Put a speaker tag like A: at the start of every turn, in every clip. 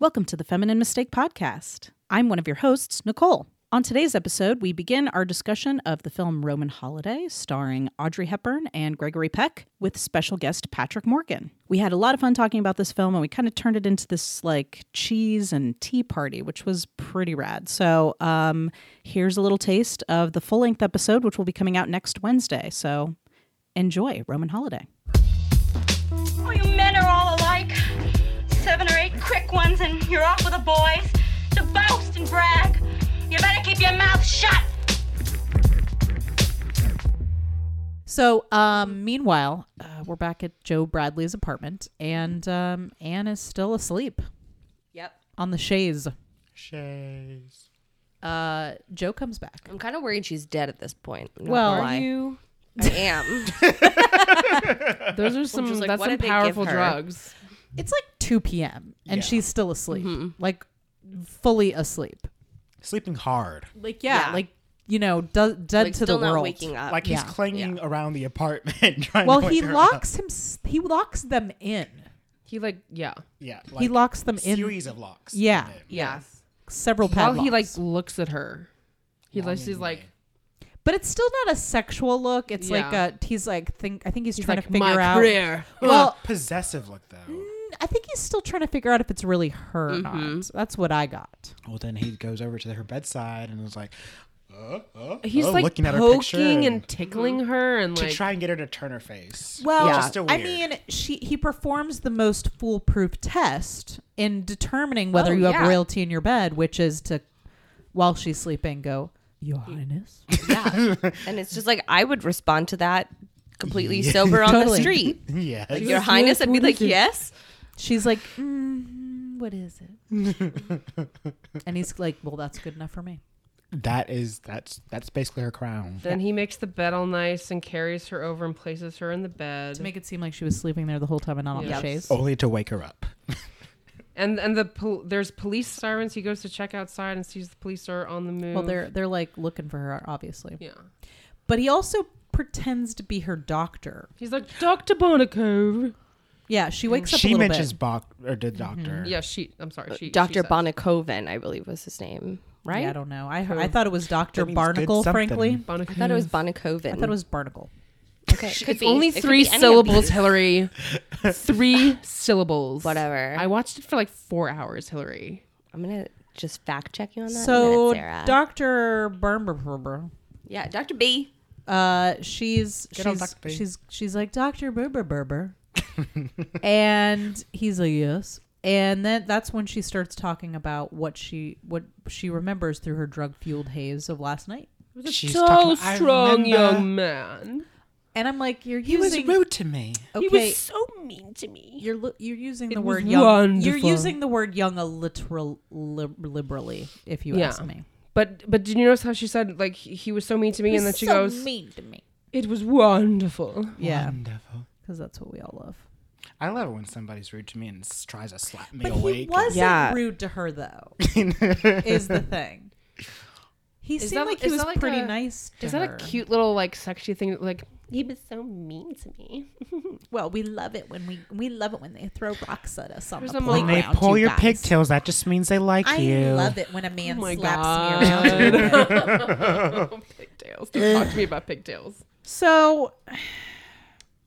A: Welcome to the Feminine Mistake Podcast. I'm one of your hosts, Nicole. On today's episode, we begin our discussion of the film Roman Holiday, starring Audrey Hepburn and Gregory Peck, with special guest Patrick Morgan. We had a lot of fun talking about this film, and we kind of turned it into this like cheese and tea party, which was pretty rad. So, um, here's a little taste of the full length episode, which will be coming out next Wednesday. So, enjoy Roman Holiday.
B: Oh, you men are all alike. Seven or eight quick ones, and you're off with the boys to boast and brag. You better keep your mouth shut.
C: So, um, meanwhile, uh, we're back at Joe Bradley's apartment, and um, Anne is still asleep.
D: Yep.
C: On the chaise.
E: Shays.
C: Uh, Joe comes back.
D: I'm kind of worried she's dead at this point. I'm not
F: Well,
D: gonna lie.
F: you.
D: I am.
F: Those are some.
D: just like,
F: that's
D: what
F: some
D: did they give
F: powerful
D: her?
F: drugs.
C: It's like 2 p.m., and
E: Yeah.
C: she's still asleep. Like, fully asleep.
E: Sleeping hard.
C: Like, yeah,
D: Yeah.
C: like, you know, do- dead
D: like,
C: to
D: still
C: the
D: not
C: world.
D: waking up.
E: Like he's
C: Yeah.
E: clanging around the apartment trying
C: Well,
E: to
C: he
E: wake her up.
C: locks him. He locks them in.
F: He like yeah.
E: Yeah.
C: he
E: like,
C: locks them in.
E: series of locks.
C: Yeah.
F: Yes.
C: Several
F: While
C: padlocks.
F: he like looks at her, he
E: Well, I
F: like she's
E: mean,
F: like
C: but it's still not a sexual look. It's like
F: Yeah.
C: a. He's like think. I think he's,
F: he's
C: trying
F: like
C: to figure
F: my
C: out.
F: career.
C: Well,
E: Possessive look though.
C: I think he's still trying to figure out if it's really her or not. That's what I got.
E: Well, then he goes over to her bedside and is like, uh, uh,
F: He's
E: uh,
F: like
E: looking at her picture
F: poking and
E: and-
D: Mm-hmm.
F: tickling her and
E: to
F: like
E: try and get her to turn her face.
C: Well,
E: which is still
C: I
E: weird.
C: mean, she he performs the most foolproof test in determining whether
D: Oh,
C: you
D: yeah.
C: have royalty in your bed, which is to, while she's sleeping, go, Your Highness.
D: and it's just like I would respond to that completely sober on
C: Totally.
D: the street.
E: yeah,
D: Like your highness, I'd be like, yes.
C: She's like, mm, What is it? and he's like, Well, that's good enough for me.
E: that is that's that's basically her crown.
F: Then he makes the bed all nice and carries her over and places her in the bed.
C: To make it seem like she was sleeping there the whole time and not on
F: Yes.
C: the chaise.
E: Only to wake her up.
F: and and the pol- there's police sirens. He goes to check outside and sees the police are on the move.
C: Well, they're they're like looking for her, obviously.
F: yeah.
C: But he also pretends to be her doctor.
F: He's like Doctor Bonacove.
C: Yeah, she wakes up. a
E: she
C: little
E: mentions
C: bit. Mm-hmm.
E: Bach or the doctor.
F: Yeah, she. I'm sorry, she.
D: Uh, Doctor
F: she says-
D: Bonacoven, I believe was his name, right?
C: Yeah, I don't know. I I thought it was Doctor
E: That means good
C: Barnacle.
E: something.
C: Frankly,
F: Bonacove.
D: I thought it was Bonacoven.
C: Mm. I thought it was Barnacle.
D: okay. it could
F: It's
D: be.
F: only
D: It could
F: three
D: be any of
F: syllables,
D: these.
F: Hillary. three syllables.
D: Whatever.
F: I watched it for like four hours, Hillary.
D: I'm gonna just fact check you on that. in a
C: So
D: minute, Sarah.
C: Doctor Barnacle.
D: yeah, Doctor B.
C: Uh, she's
E: Good old
C: she's
E: Dr. B.
C: she's she's like Doctor Berber Berber, and he's like yes. And then that's when she starts talking about what she what she remembers through her drug fueled haze of last night.
E: She's
F: So
E: talking- I
F: strong,
E: remember
F: young man.
C: And I'm like, you're
E: He was
C: using
E: rude to me.
C: okay.
D: so mean to me.
C: You're lo- you're using the
F: It
C: word
F: was
C: young.
F: wonderful.
C: You're using the word young a literal lib- liberally, if you
F: Yeah.
C: ask me.
F: But but did you notice how she said like he he was so mean to me, and then she goes,
C: mean to me.
F: "It was wonderful."
C: Yeah,
E: Wonderful.
C: because that's what we all love.
E: I love it when somebody's rude to me and s- tries to slap me
C: But
E: awake.
C: he wasn't
D: Yeah.
C: rude to her though. is the thing. He
F: Is
C: seemed
F: that-
C: like
F: is
C: he was
F: that like
C: pretty
F: a-
C: nice. To
F: Is that
C: her.
F: a cute little like sexy thing? Like
D: He was so mean to me.
C: Well, we love it when we we love it when they throw rocks at us on
F: There's
C: the
F: a moment-
C: playground.
F: When they
C: you guys.
E: That just means they like
C: I love it when a man
A: Oh
F: my
C: slaps
F: God.
C: me around. a little bit.
F: pigtails. Don't talk to me about pigtails.
C: so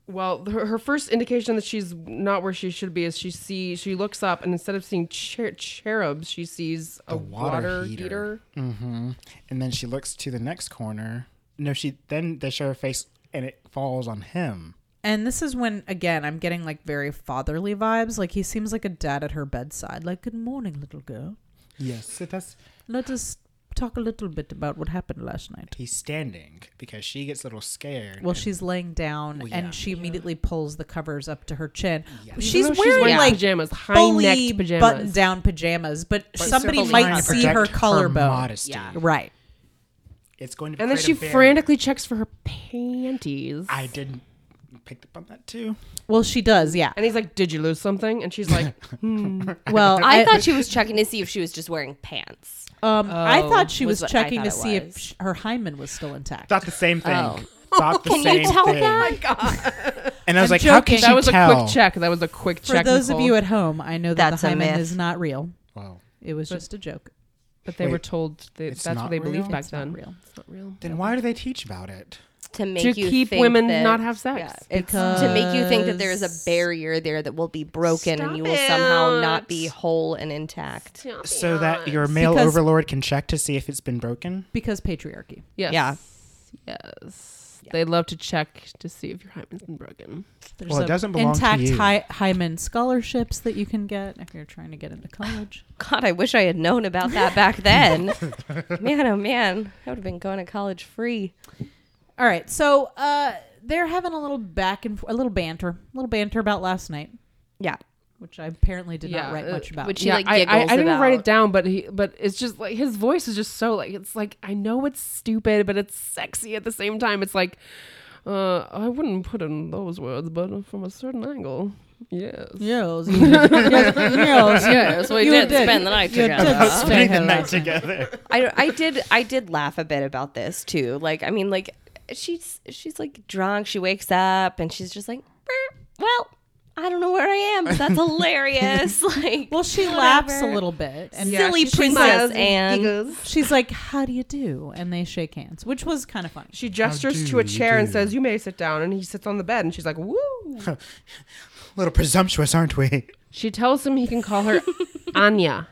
F: Well, her, her first indication that she's not where she should be is she see she looks up and instead of seeing cher- cherubs, she sees a
E: The
F: water,
E: water
F: heater.
E: heater. hmm And then she looks to the next corner. No, she then they show her face and it falls on him.
C: And this is when, again, I'm getting like very fatherly vibes. Like he seems like a dad at her bedside. Like, good morning, little girl.
E: Yes, so that's
C: Let us talk a little bit about what happened last night.
E: he's standing because she gets a little scared.
C: Well,
E: and-
C: she's laying down
E: Well, yeah.
C: and she immediately pulls the covers up to her chin.
F: Even
C: She's,
F: though
C: wearing,
F: she's wearing
C: like
F: pajamas,
C: fully
F: high-necked pajamas.
C: button down pajamas, but,
E: but
C: somebody
E: simply trying
C: might
E: to
C: see her
E: protect
C: collarbone.
E: modesty.
C: Right.
E: It's going to
F: and then
E: create
F: she
E: a barrier.
F: frantically checks for her panties.
E: I didn't pick up on that too.
C: Well, she does, yeah.
F: and he's like, "Did you lose something?" And she's like,
C: Well,
D: I, thought she was checking to see if she was just wearing pants.
C: um, I thought she
D: Oh, was
C: was,
D: what I
C: checking
D: thought
C: to
D: it
C: see if
D: was.
C: sh- her hymen was still intact.
E: Thought the same thing.
D: Oh.
E: Thought the
D: Can you
E: same
D: tell
E: thing.
D: that?
E: And I was
C: I'm
E: like, how
C: joking.
E: can she
F: "That was
E: tell?
F: a quick check. That was a quick
C: For
F: check."
C: those of
F: Nicole.
C: you at home, I know that
D: That's
C: the
D: a
C: hymen
D: myth.
C: is not real.
E: Wow.
C: It was just a joke.
F: But they
E: Wait,
F: were told they,
E: it's
F: that's what
E: not
F: they
E: real?
F: believed back
C: It's
F: then.
C: not real.
F: It's not real.
E: Then why do they teach about it?
D: to make
F: To
D: you
F: keep
D: think
F: women
D: that-
F: not have sex.
D: Yeah, it's uh, to make you think that there is
C: Because-
D: a barrier there that will be broken
F: Stop
D: and you will somehow not
F: it.
D: be whole and intact.
E: So that your male
C: Because-
E: overlord can check to see if it's been broken?
C: Because patriarchy.
F: Yes.
D: Yeah.
F: Yes. They love to check to see if your hymen's been broken.
C: There's
E: Well, it
C: some
E: doesn't belong to
C: intact
E: you.
C: Hy- hymen scholarships that you can get if you're trying to get into college.
D: God, I wish I had known about that back then. man, oh man, I would have been going to college free.
C: All right, so uh, they're having a little back and f- a little banter, a little banter about last night,
D: Yeah.
C: which I apparently did
F: Yeah,
C: not write
F: uh,
C: much about.
D: which She,
F: yeah,
D: like,
F: I, I, I
D: giggles
F: didn't write it
D: about-
F: down, but he, but it's just like his voice is just so like it's like I know it's stupid, but it's sexy at the same time. It's like uh, I wouldn't put in those words, but from a certain angle, yes.
C: Yes, yes, yes,
D: Yeah, so we
C: You
D: did,
C: did.
D: spend the night
C: You
D: together.
C: did spend
E: Spending the night
C: last night.
E: together.
D: I, I did I did laugh a bit about this too. Like I mean like she's she's like drunk. She wakes up and she's just like, "Burp. well, I don't know where I am. But that's hilarious. like
C: Well, she laughs a
D: whatever.
C: little bit, and
D: Yeah. Silly princess Anne.
C: she's like, "How do you do?" And they shake hands, which was kind of funny.
F: She gestures
E: do
F: to a
E: you
F: chair and
E: do?
F: says, "You may sit down." And he sits on the bed, and she's like, "Woo!"
E: little presumptuous, aren't we?
F: She tells him he can call her Anya.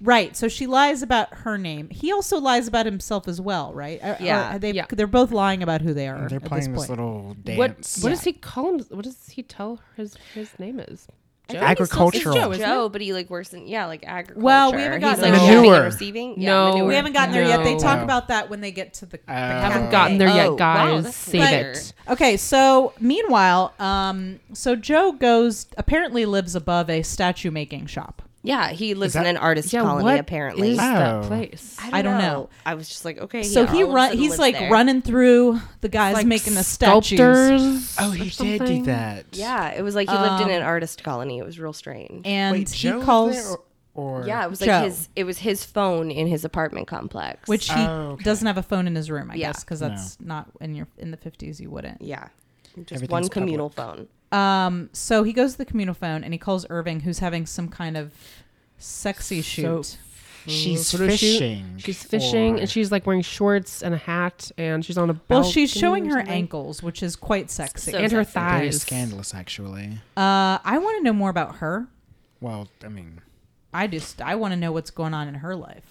C: Right. So she lies about her name. He also lies about himself as well, right? Or- or
D: Yeah,
C: They,
F: yeah.
C: They're both lying about who they are.
E: They're
C: at
E: playing
C: this,
E: this,
C: point.
E: little
F: What
E: dance.
F: what does he call him? What does he tell his his name is? Joe?
E: think it's still- it's
D: It's
E: Joe,
D: Joe,
E: Agricultural. isn't
D: Joe, but he like works in yeah, like agriculture.
C: Well, we haven't
D: He's
C: gotten
D: like
E: there yet.
D: shipping
E: Manure.
D: and receiving.
F: No.
D: manure.
F: We
C: We haven't gotten there yet. They
F: No.
C: talk
E: No.
C: about that when they get to the. the
E: I
C: cafe.
E: haven't
F: gotten there yet,
D: Oh, wow,
F: guys.
D: that's
F: Save
D: weird.
F: it.
C: Okay, so meanwhile, um, so Joe goes apparently lives above a statue making shop.
D: Yeah, he lives
E: Is that-
D: in an artist colony
F: what
D: apparently.
F: is that
E: Oh.
F: place?
C: I don't know.
D: I was just like, okay.
C: So
D: yeah,
C: he
D: all of a
C: run.
D: sudden
C: He's
D: lives
C: like
D: there.
C: running through the guys
F: Like
C: making the statues,
F: sculptors.
E: oh, he did
F: or
E: do
F: something?
E: that.
D: Yeah, it was like he lived in an artist colony. It was real strange.
C: Um, and
E: Wait,
C: he
E: Joe was
C: calls,
E: there or, or
D: yeah, it was
C: Joe.
D: like his. It was his phone in his apartment complex.
C: which he
E: Oh, okay.
C: doesn't have a phone in his room, I
D: Yeah.
C: guess, because that's not in your in the fifties you wouldn't.
D: yeah, just
E: Everything's
D: one communal phone.
C: Um, so he goes to the communal phone and he calls Irving, who's having some kind of sexy shoot.
E: she's
F: What is she-
E: fishing.
F: She's fishing,
E: or-
F: and she's like wearing shorts and a hat, and she's on a.
C: well,
F: balcony
C: she's showing
F: or
C: her
F: something.
C: ankles, which is quite sexy.
D: So-
F: and her
E: very
F: thighs.
E: scandalous, actually.
C: uh, I want to know more about her.
E: Well, I mean,
C: I just I want to know what's going on in her life.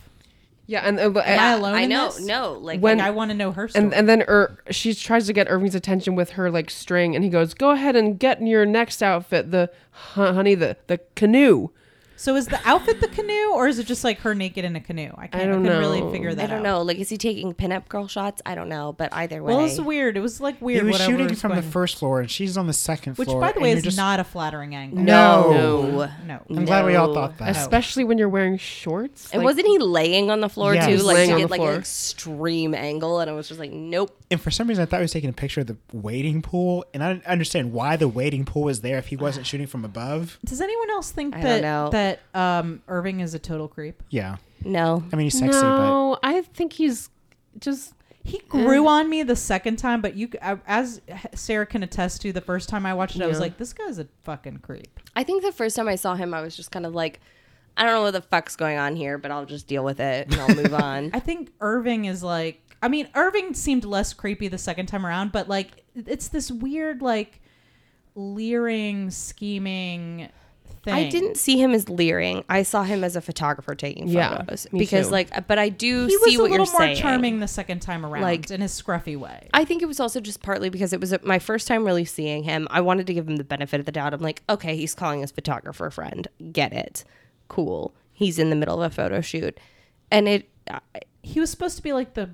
F: Yeah, and uh,
C: Am I
F: and,
C: alone
D: I
C: in
D: know,
C: this?
D: no, like
F: When-
C: Like, I want to know her story.
F: and, and then Ir- she tries to get Irving's attention with her like string, and he goes, "Go ahead and get in your next outfit, the hu- honey, the the canoe."
C: so is the outfit the canoe, or is it just like her naked in a canoe? I can't. I,
F: don't
C: couldn't really
F: know.
C: figure
D: I
C: that.
D: don't
C: out.
D: know. Like, is he taking pinup girl shots? I don't know, but either way,
C: Well, it was weird. It was like weird.
E: he was
C: whatever
E: shooting from the
C: going-
E: first floor, and she's on the second
C: which
E: floor.
C: by the
E: and
C: way
E: you're
C: is
E: just-
C: not a flattering angle.
E: No.
C: No.
E: I'm glad we all
D: No.
E: thought that.
F: Especially when you're wearing shorts.
D: And wasn't he laying on the floor
E: Yeah,
D: too?
E: he's
D: Like
F: laying
D: to
F: on
D: get
F: the
D: like
F: floor.
D: an extreme angle, and I was just like, nope.
E: And for some reason, I thought he was taking a picture of the wading pool, and I didn't understand why the wading pool was there if he wasn't shooting from above.
C: Does anyone else think
D: I
C: that
D: don't know.
C: that um, Irving is a total creep?
E: Yeah,
D: No,
E: I mean he's sexy,
F: no, I think he's just
C: He grew on me the second time, but you, I- as Sarah can attest to, the first time I watched it, I was
F: Yeah.
C: like, "This guy's a fucking creep."
D: I think the first time I saw him, I was just kind of like, I don't know what the fuck's going on here, but I'll just deal with it and I'll move on.
C: I think Irving is like, I mean, Irving seemed less creepy the second time around, but like, it's this weird, like, leering, scheming thing.
D: I didn't see him as leering. I saw him as a photographer taking
F: Yeah,
D: photos
F: me
D: because,
F: too.
D: like, but I do
C: He was
D: see
C: a
D: what
C: little
D: you're
C: more
D: saying.
C: charming the second time around,
D: Like-
C: in his scruffy way.
D: I think it was also just partly because it was my first time really seeing him. I wanted to give him the benefit of the doubt. I'm like, okay, he's calling his photographer friend. Get it? Cool. He's in the middle of a photo shoot, and it uh,
C: He was supposed to be like the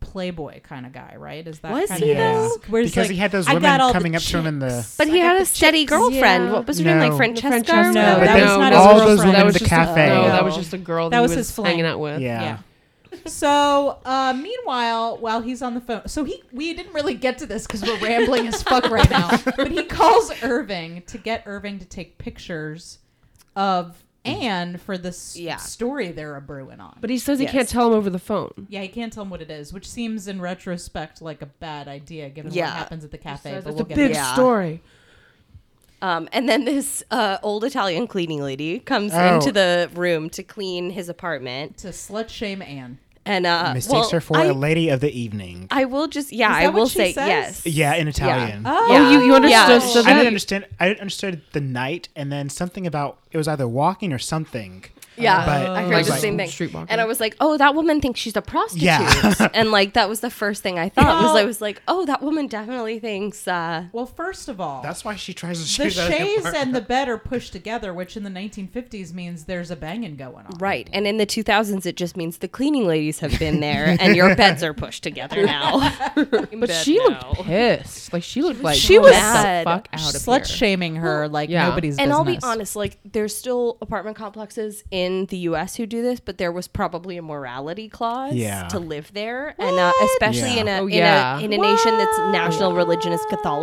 C: playboy kind of guy, right? Is that
D: Was
C: kinda
D: he,
C: his-
E: Yeah.
D: though?
C: where he's
E: because
C: like,
E: he had those
C: "I got
E: women
C: all the
E: coming up to him in the.
C: chicks.
D: But he
C: I got
D: had a
C: the
D: steady
C: chicks."
D: girlfriend.
F: Yeah.
D: What was her name?
E: No.
D: Like Francesca?
F: Francesca.
C: No,
E: But
C: that
E: then
C: was not his
E: all those
C: girlfriend.
E: women
C: That
E: in
C: was
E: the
F: just
E: cafe.
F: no, that
C: No.
F: was just a girl
C: That
F: that,
C: was
F: he was
C: his fling.
F: hanging out with.
E: yeah.
C: Yeah. So, uh, meanwhile, while he's on the phone, so he we didn't really get to this because we're rambling as fuck right now. But he calls Irving to get Irving to take pictures of Anne for this
D: Yeah.
C: story they're a brewing on. But
F: But he says he
D: Yes.
F: can't tell him over the phone.
C: yeah, he can't tell him what it is, which seems in retrospect like a bad idea given
D: Yeah.
C: what happens at the cafe.
F: Says
C: but
F: it's
C: we'll
F: a
C: get
F: big
C: there.
D: Yeah.
F: story.
D: Um, and then this uh, old Italian cleaning lady comes
E: Oh.
D: into the room to clean his apartment,
C: To slut shame Anne.
D: and uh,
E: Mistakes
D: well,
E: her for
D: I,
E: a lady of the evening.
D: I will just yeah,
C: Is
D: I
C: that what
D: will
C: she
D: say
C: says?
D: yes.
E: yeah, in Italian.
D: Oh,
F: you- you understood, so
E: I
F: that-
E: didn't understand. I didn't understand the night, and then something about it was either walking or something.
D: Yeah,
E: Um, But-
D: I heard
E: Like,
D: the
E: like,
D: same thing.
F: streetwalker.
D: And I was like, oh, that woman thinks she's a prostitute.
E: Yeah.
D: and like that was the first thing I thought was I was like, oh, that woman definitely thinks. Uh,
C: Well, first of all,
E: That's why she tries to
C: the
E: shoot that
C: chaise
E: apart.
C: and the bed are pushed together, which in the 1950s means there's a banging going on.
D: right. And in the 2000s, it just means the cleaning ladies have been there and your beds are pushed together now.
F: But she looked pissed. Like she looked like
C: She
F: "Get
C: was
F: the
D: mad.
F: fuck out of
C: Slut
F: here."
C: shaming her like
F: yeah.
C: nobody's
D: And
C: business.
D: I'll be honest, like there's still apartment complexes in the U.S. who do this, but there was probably a morality clause
E: Yeah.
D: to live there, and uh, especially
E: Yeah.
D: in a
F: Oh,
D: in
F: yeah.
D: a in a nation that's national religion is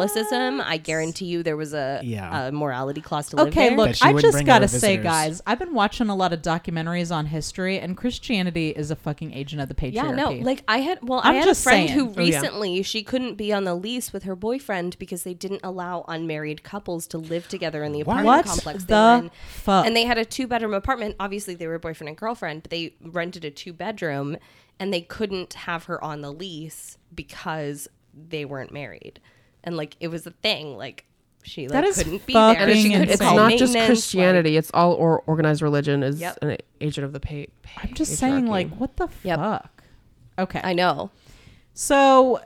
D: Catholicism. I guarantee you there was a
E: Yeah.
D: a morality clause to live
C: Okay,
D: there.
C: look,
E: That she
C: I
E: wouldn't
C: just
E: bring
C: gotta
E: over
C: say,
E: visitors.
C: guys, I've been watching a lot of documentaries on history, and Christianity is a fucking agent of the patriarchy.
D: Yeah, no. Like I had, well, i
C: I'm
D: had a
C: just
D: friend
C: saying.
D: who
C: Oh, yeah.
D: recently she couldn't be on the lease with her boyfriend because they didn't allow unmarried couples to live together in the apartment
C: What
D: complex they
C: the
D: were in.
C: fuck?
D: And they had a two bedroom apartment. Obviously, they were boyfriend and girlfriend, but they rented a two bedroom, and they couldn't have her on the lease because they weren't married, and like it was a thing. Like she like,
C: That is
D: couldn't be there.
C: fucking
F: And it's,
D: She
C: Being
D: couldn't
F: it's
D: call
C: insane.
F: not just
D: maintenance,
F: Christianity. it's all or organized religion is
D: Yep.
F: an agent of the pay.
C: I'm just saying, like, what the
D: Yep.
C: fuck? Okay,
D: Like, I know.
C: so um,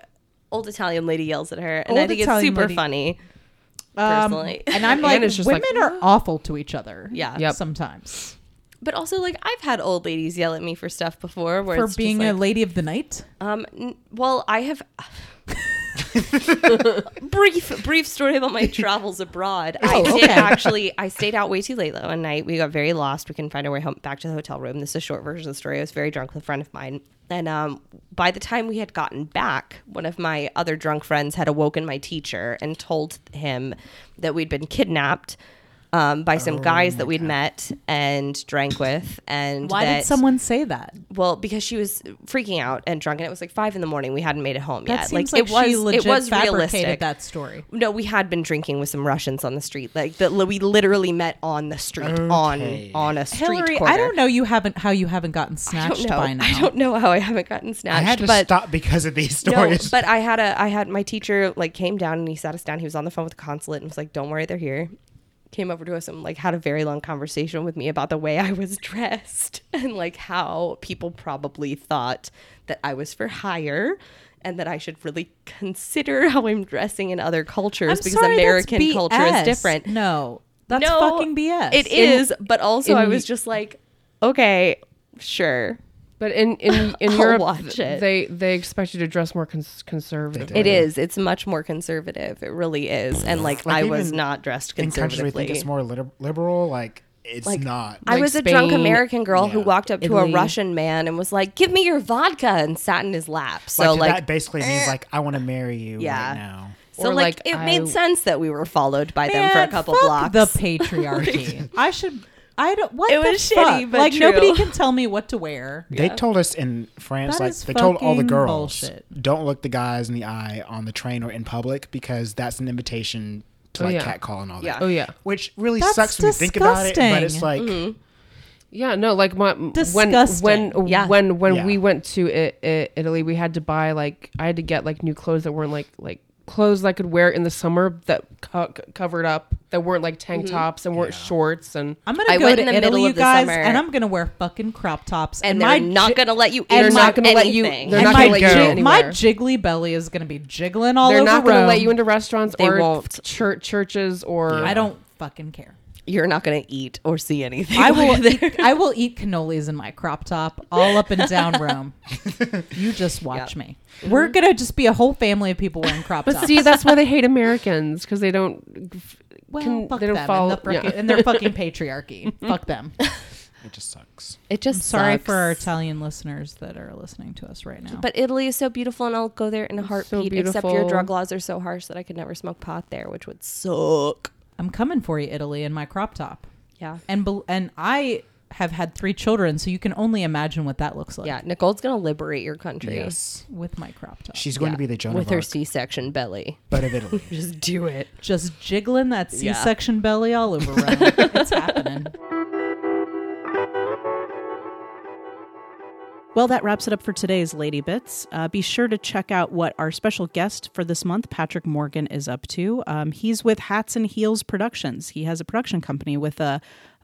D: Old Italian lady yells at her, and I
C: Old
D: think
C: Italian
D: it's super
C: lady-
D: funny.
C: um,
D: Personally.
C: and I'm
F: Anne
C: like,
F: is just
C: women
F: like,
C: are awful to each other.
D: Yeah.
F: Yep.
C: sometimes
D: But also, like, I've had old ladies yell at me for stuff before. Where
C: for
D: it's just
C: being
D: like,
C: a lady of the night.
D: Um, n- well, I have brief brief story about my travels abroad. I
C: Oh,
D: did
C: okay.
D: actually. I stayed out way too late one night. We got very lost. We couldn't find our way home back to the hotel room. This is a short version of the story. I was very drunk with a friend of mine, and um, by the time we had gotten back, one of my other drunk friends had awoken my teacher and told him that we'd been kidnapped. Um, by some guys that we'd met and drank with, and
C: Oh, Why
D: that
C: did someone say that?
D: well, because she was freaking out and drunk, and it was like five in the morning. We hadn't made it home
C: That
D: yet.
C: seems
D: like,
C: like,
D: it was,
C: she legit
D: it was
C: fabricated
D: realistic.
C: that story.
D: No, we had been drinking with some Russians on the street. Like that, we literally met on the street
E: Okay.
D: on on a street
C: Hillary,
D: corner.
C: I don't know you haven't how you haven't gotten
D: I don't
C: snatched
D: know.
C: by now.
D: I don't know how I haven't gotten
E: I
D: snatched.
E: had to
D: but
E: stop because of these
D: no,
E: stories.
D: but I had a I had my teacher like came down and he sat us down. He was on the phone with the consulate and was like, "Don't worry, they're here." Came over to us and like had a very long conversation with me about the way I was dressed and like how people probably thought that I was for hire and that I should really consider how I'm dressing in other cultures because
C: sorry, that's
D: American culture is
C: BS.
D: different.
C: No, that's
D: No,
C: fucking BS.
D: It is, but also I
F: in-
D: was just like, okay, sure.
F: But in in in
D: I'll
F: Europe,
D: watch
F: th-
D: it.
F: they they expect you to dress more cons- conservative.
E: do.
D: It is. It's much more conservative. It really is. And like, I
E: Like,
D: was
E: even
D: not dressed
E: in countries we think
D: conservatively.
E: it's more liter- liberal, like it's not.
D: I
F: Like
D: was a drunk
F: Spain,
D: American girl who
E: yeah,
D: walked up to
F: Italy.
D: a Russian man and was like, "Give me your vodka," and sat in his lap.
E: like,
D: So like,
E: that basically means like I want to marry you
D: Yeah.
E: right now.
D: so
F: Or,
D: like,
F: like,
D: it
F: I-
D: made sense that we were followed by them for a
C: Man,
D: couple
C: fuck
D: blocks.
C: The patriarchy. I should. I don't. What
D: It
C: the
D: was
C: fuck?
D: shitty, but
C: like nobody
D: true.
C: can tell me what to wear.
E: They told us in France,
C: That
E: like
C: is
E: they told all the
C: fucking
E: girls,
C: bullshit.
E: don't look the guys in the eye on the train or in public because that's an invitation to
F: Oh,
E: like
F: yeah.
E: catcall and all that.
D: Yeah.
F: Oh yeah,
E: Which really
C: That's
E: sucks when you think about it, but
C: disgusting.
E: it's like
F: yeah. No, like my when
C: Disgusting.
F: when
D: Yeah.
F: when when
E: Yeah.
F: we went to I- I- Italy, we had to buy like I had to get like new clothes that weren't like like clothes that I could wear in the summer that co- co- covered up that weren't like tank
C: Mm-hmm.
F: tops and weren't shorts and
C: I'm gonna
D: I
C: go
D: went
C: to
D: in the
C: Italy,
D: middle
C: you
D: of the
C: guys,
D: summer.
C: and I'm gonna wear fucking crop tops.
D: and
C: my
D: they're not
C: ji-
D: gonna let you.
C: and
D: in
C: my-
D: or
F: not gonna let you-
D: anything.
F: they're
C: and
F: not
C: my,
F: gonna let you
C: ji-
F: anywhere.
C: my jiggly belly is gonna be jiggling all
F: they're
C: over
F: not going to
C: Rome.
F: let you into restaurants
D: They
F: or
D: won't.
F: chur- churches or
C: I don't fucking care.
D: You're not gonna eat or see anything.
C: I
D: while
C: will.
D: you're
C: Eat, I will eat cannolis in my crop top all up and down Rome. you just watch
D: Yep.
C: me. We're gonna just be a whole family of people wearing crop
F: But
C: tops.
F: see, that's why they hate Americans because they don't.
C: well,
F: can-
C: fuck
F: they don't
C: them
F: follow-
C: and, the frickin-
F: yeah.
C: and their fucking patriarchy. fuck them.
E: it just sucks.
D: It just
C: I'm sorry
D: sucks.
C: for our Italian listeners that are listening to us right now.
D: But Italy is so beautiful, and I'll go there in a heartbeat. except your
F: beautiful.
D: drug laws are so harsh that I could never smoke pot there, which would suck.
C: I'm coming for you, Italy, in my crop top,
D: Yeah.
C: and bel and I have had three children, so you can only imagine what that looks like.
D: Yeah, Nicole's gonna liberate your country.
E: Yes.
C: With my crop top,
E: She's going to be the Joan
D: with
E: of
D: her
E: Arc,
D: C-section belly.
E: but of Italy.
D: Just do it.
C: just jiggling that
D: Yeah.
C: C-section belly all over. Rome. it's happening.
A: Well, that wraps it up for today's Lady Bits. Uh, be sure to check out what our special guest for this month, Patrick Morgan, is up to. Um, he's with Hats and Heels Productions. He has a production company with a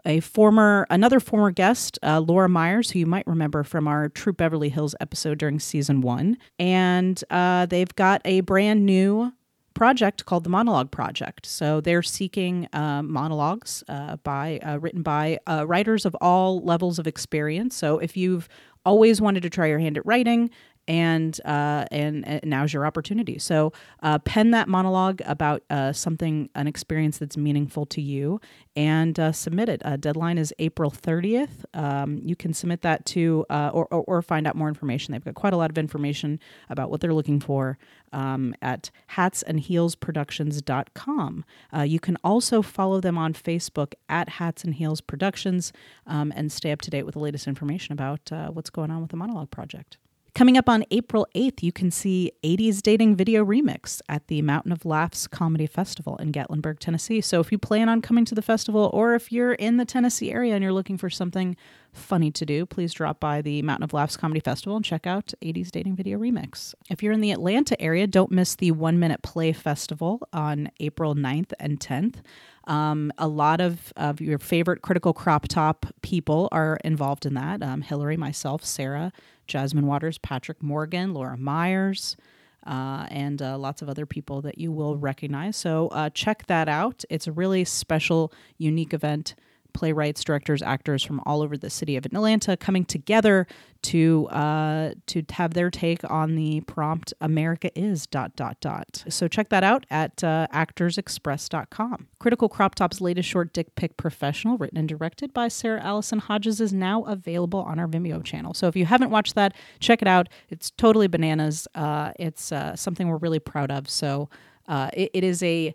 A: a former another former guest, uh, Laura Myers, who you might remember from our True Beverly Hills episode during season one, and uh, they've got a brand new project called the Monologue Project. So they're seeking uh, monologues uh, by uh, written by uh, writers of all levels of experience. So if you've always wanted to try your hand at writing, and uh, and, and now's your opportunity. So uh, pen that monologue about uh, something, an experience that's meaningful to you, and uh, submit it. Uh, deadline is April thirtieth. Um, you can submit that to uh, or, or or find out more information. They've got quite a lot of information about what they're looking for um, at hatsandheelsproductions.com. Uh, you can also follow them on Facebook at Hats and Heels Productions um, and stay up to date with the latest information about uh, what's going on with the Monologue Project. Coming up on April 8th, you can see 80s Dating Video Remix at the Mountain of Laughs Comedy Festival in Gatlinburg, Tennessee. So if you plan on coming to the festival or if you're in the Tennessee area and you're looking for something funny to do, please drop by the Mountain of Laughs Comedy Festival and check out 80s Dating Video Remix. If you're in the Atlanta area, don't miss the One Minute Play Festival on April 9th and 10th. Um, a lot of, of your favorite critical crop top people are involved in that. Um, Hillary, myself, Sarah, Jasmine Waters, Patrick Morgan, Laura Myers, uh, and uh, lots of other people that you will recognize. So uh, check that out. It's a really special, unique event. Playwrights, directors, actors from all over the city of Atlanta coming together to uh, to have their take on the prompt "America is dot dot dot." So check that out at uh, actorsexpress.com. Critical Crop Top's latest short, Dick Pick Professional, written and directed by Sarah Allison Hodges, is now available on our Vimeo channel. So if you haven't watched that, check it out. It's totally bananas. Uh, it's uh, something we're really proud of. So uh, it, it is a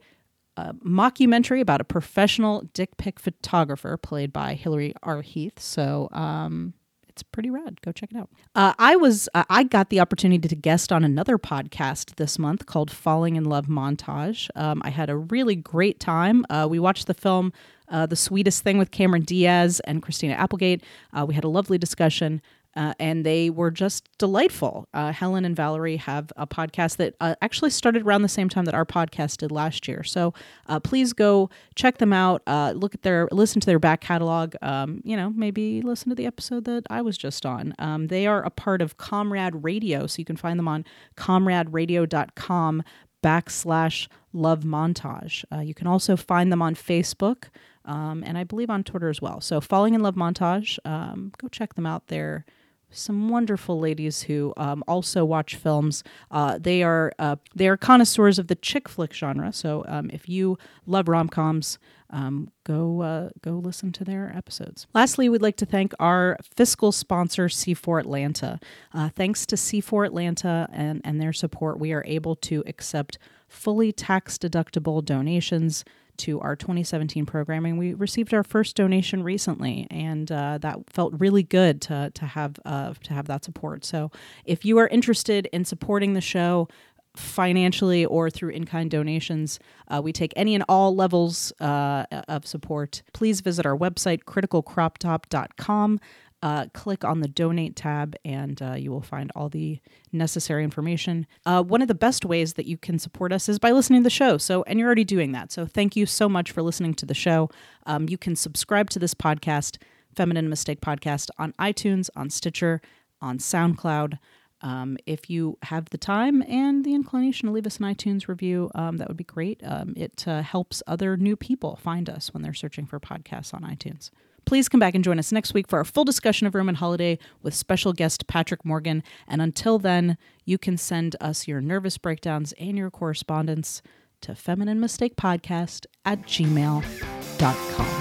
A: a mockumentary about a professional dick pic photographer played by Hillary R. Heath. So um, it's pretty rad. Go check it out. Uh, I was uh, I got the opportunity to guest on another podcast this month called Falling in Love Montage. Um, I had a really great time. Uh, we watched the film. Uh, the sweetest thing with Cameron Diaz and Christina Applegate. Uh, we had a lovely discussion uh, and they were just delightful. Uh, Helen and Valerie have a podcast that uh, actually started around the same time that our podcast did last year. So uh, please go check them out. Uh, look at their, listen to their back catalog. Um, you know, maybe listen to the episode that I was just on. Um, they are a part of Comrade Radio, so you can find them on comraderadio.com backslash love montage. Uh, you can also find them on Facebook um, and I believe on Twitter as well. So, Falling in Love Montage, um, go check them out. They're some wonderful ladies who um, also watch films. Uh, they are uh, they are connoisseurs of the chick flick genre. So, um, if you love rom coms, um, go uh, go listen to their episodes. Lastly, we'd like to thank our fiscal sponsor C4 Atlanta. Uh, thanks to C4 Atlanta and and their support, we are able to accept fully tax deductible donations to our 2017 programming. We received our first donation recently, and uh, that felt really good to to have uh, to have that support. So, if you are interested in supporting the show, financially or through in-kind donations. Uh, we take any and all levels uh, of support. Please visit our website, criticalcroptop.com. Uh, click on the donate tab and uh, you will find all the necessary information. Uh, one of the best ways that you can support us is by listening to the show. So, and you're already doing that. So, thank you so much for listening to the show. Um, you can subscribe to this podcast, Feminine Mistake Podcast, on iTunes, on Stitcher, on SoundCloud. Um, if you have the time and the inclination to leave us an iTunes review, um, that would be great. Um, it uh, helps other new people find us when they're searching for podcasts on iTunes. Please come back and join us next week for our full discussion of Roman Holiday with special guest Patrick Morgan. And until then, you can send us your nervous breakdowns and your correspondence to Feminine Mistake Podcast at gmail.com.